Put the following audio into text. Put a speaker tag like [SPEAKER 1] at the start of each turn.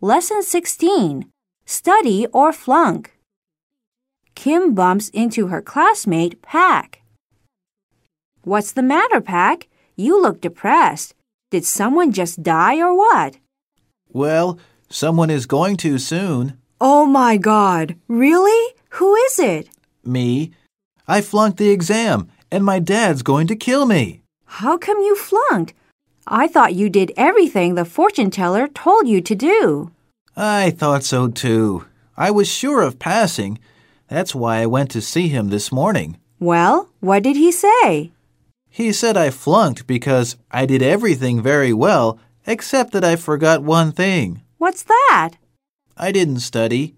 [SPEAKER 1] Lesson 16 Study or Flunk. Kim bumps into her classmate, Pack. What's the matter, Pack? You look depressed. Did someone just die or what?
[SPEAKER 2] Well, someone is going to soon.
[SPEAKER 1] Oh my god, really? Who is it?
[SPEAKER 2] Me. I flunked the exam, and my dad's going to kill me.
[SPEAKER 1] How come you flunked? I thought you did everything the fortune teller told you to do.
[SPEAKER 2] I thought so too. I was sure of passing. That's why I went to see him this morning.
[SPEAKER 1] Well, what did he say?
[SPEAKER 2] He said I flunked because I did everything very well, except that I forgot one thing.
[SPEAKER 1] What's that?
[SPEAKER 2] I didn't study.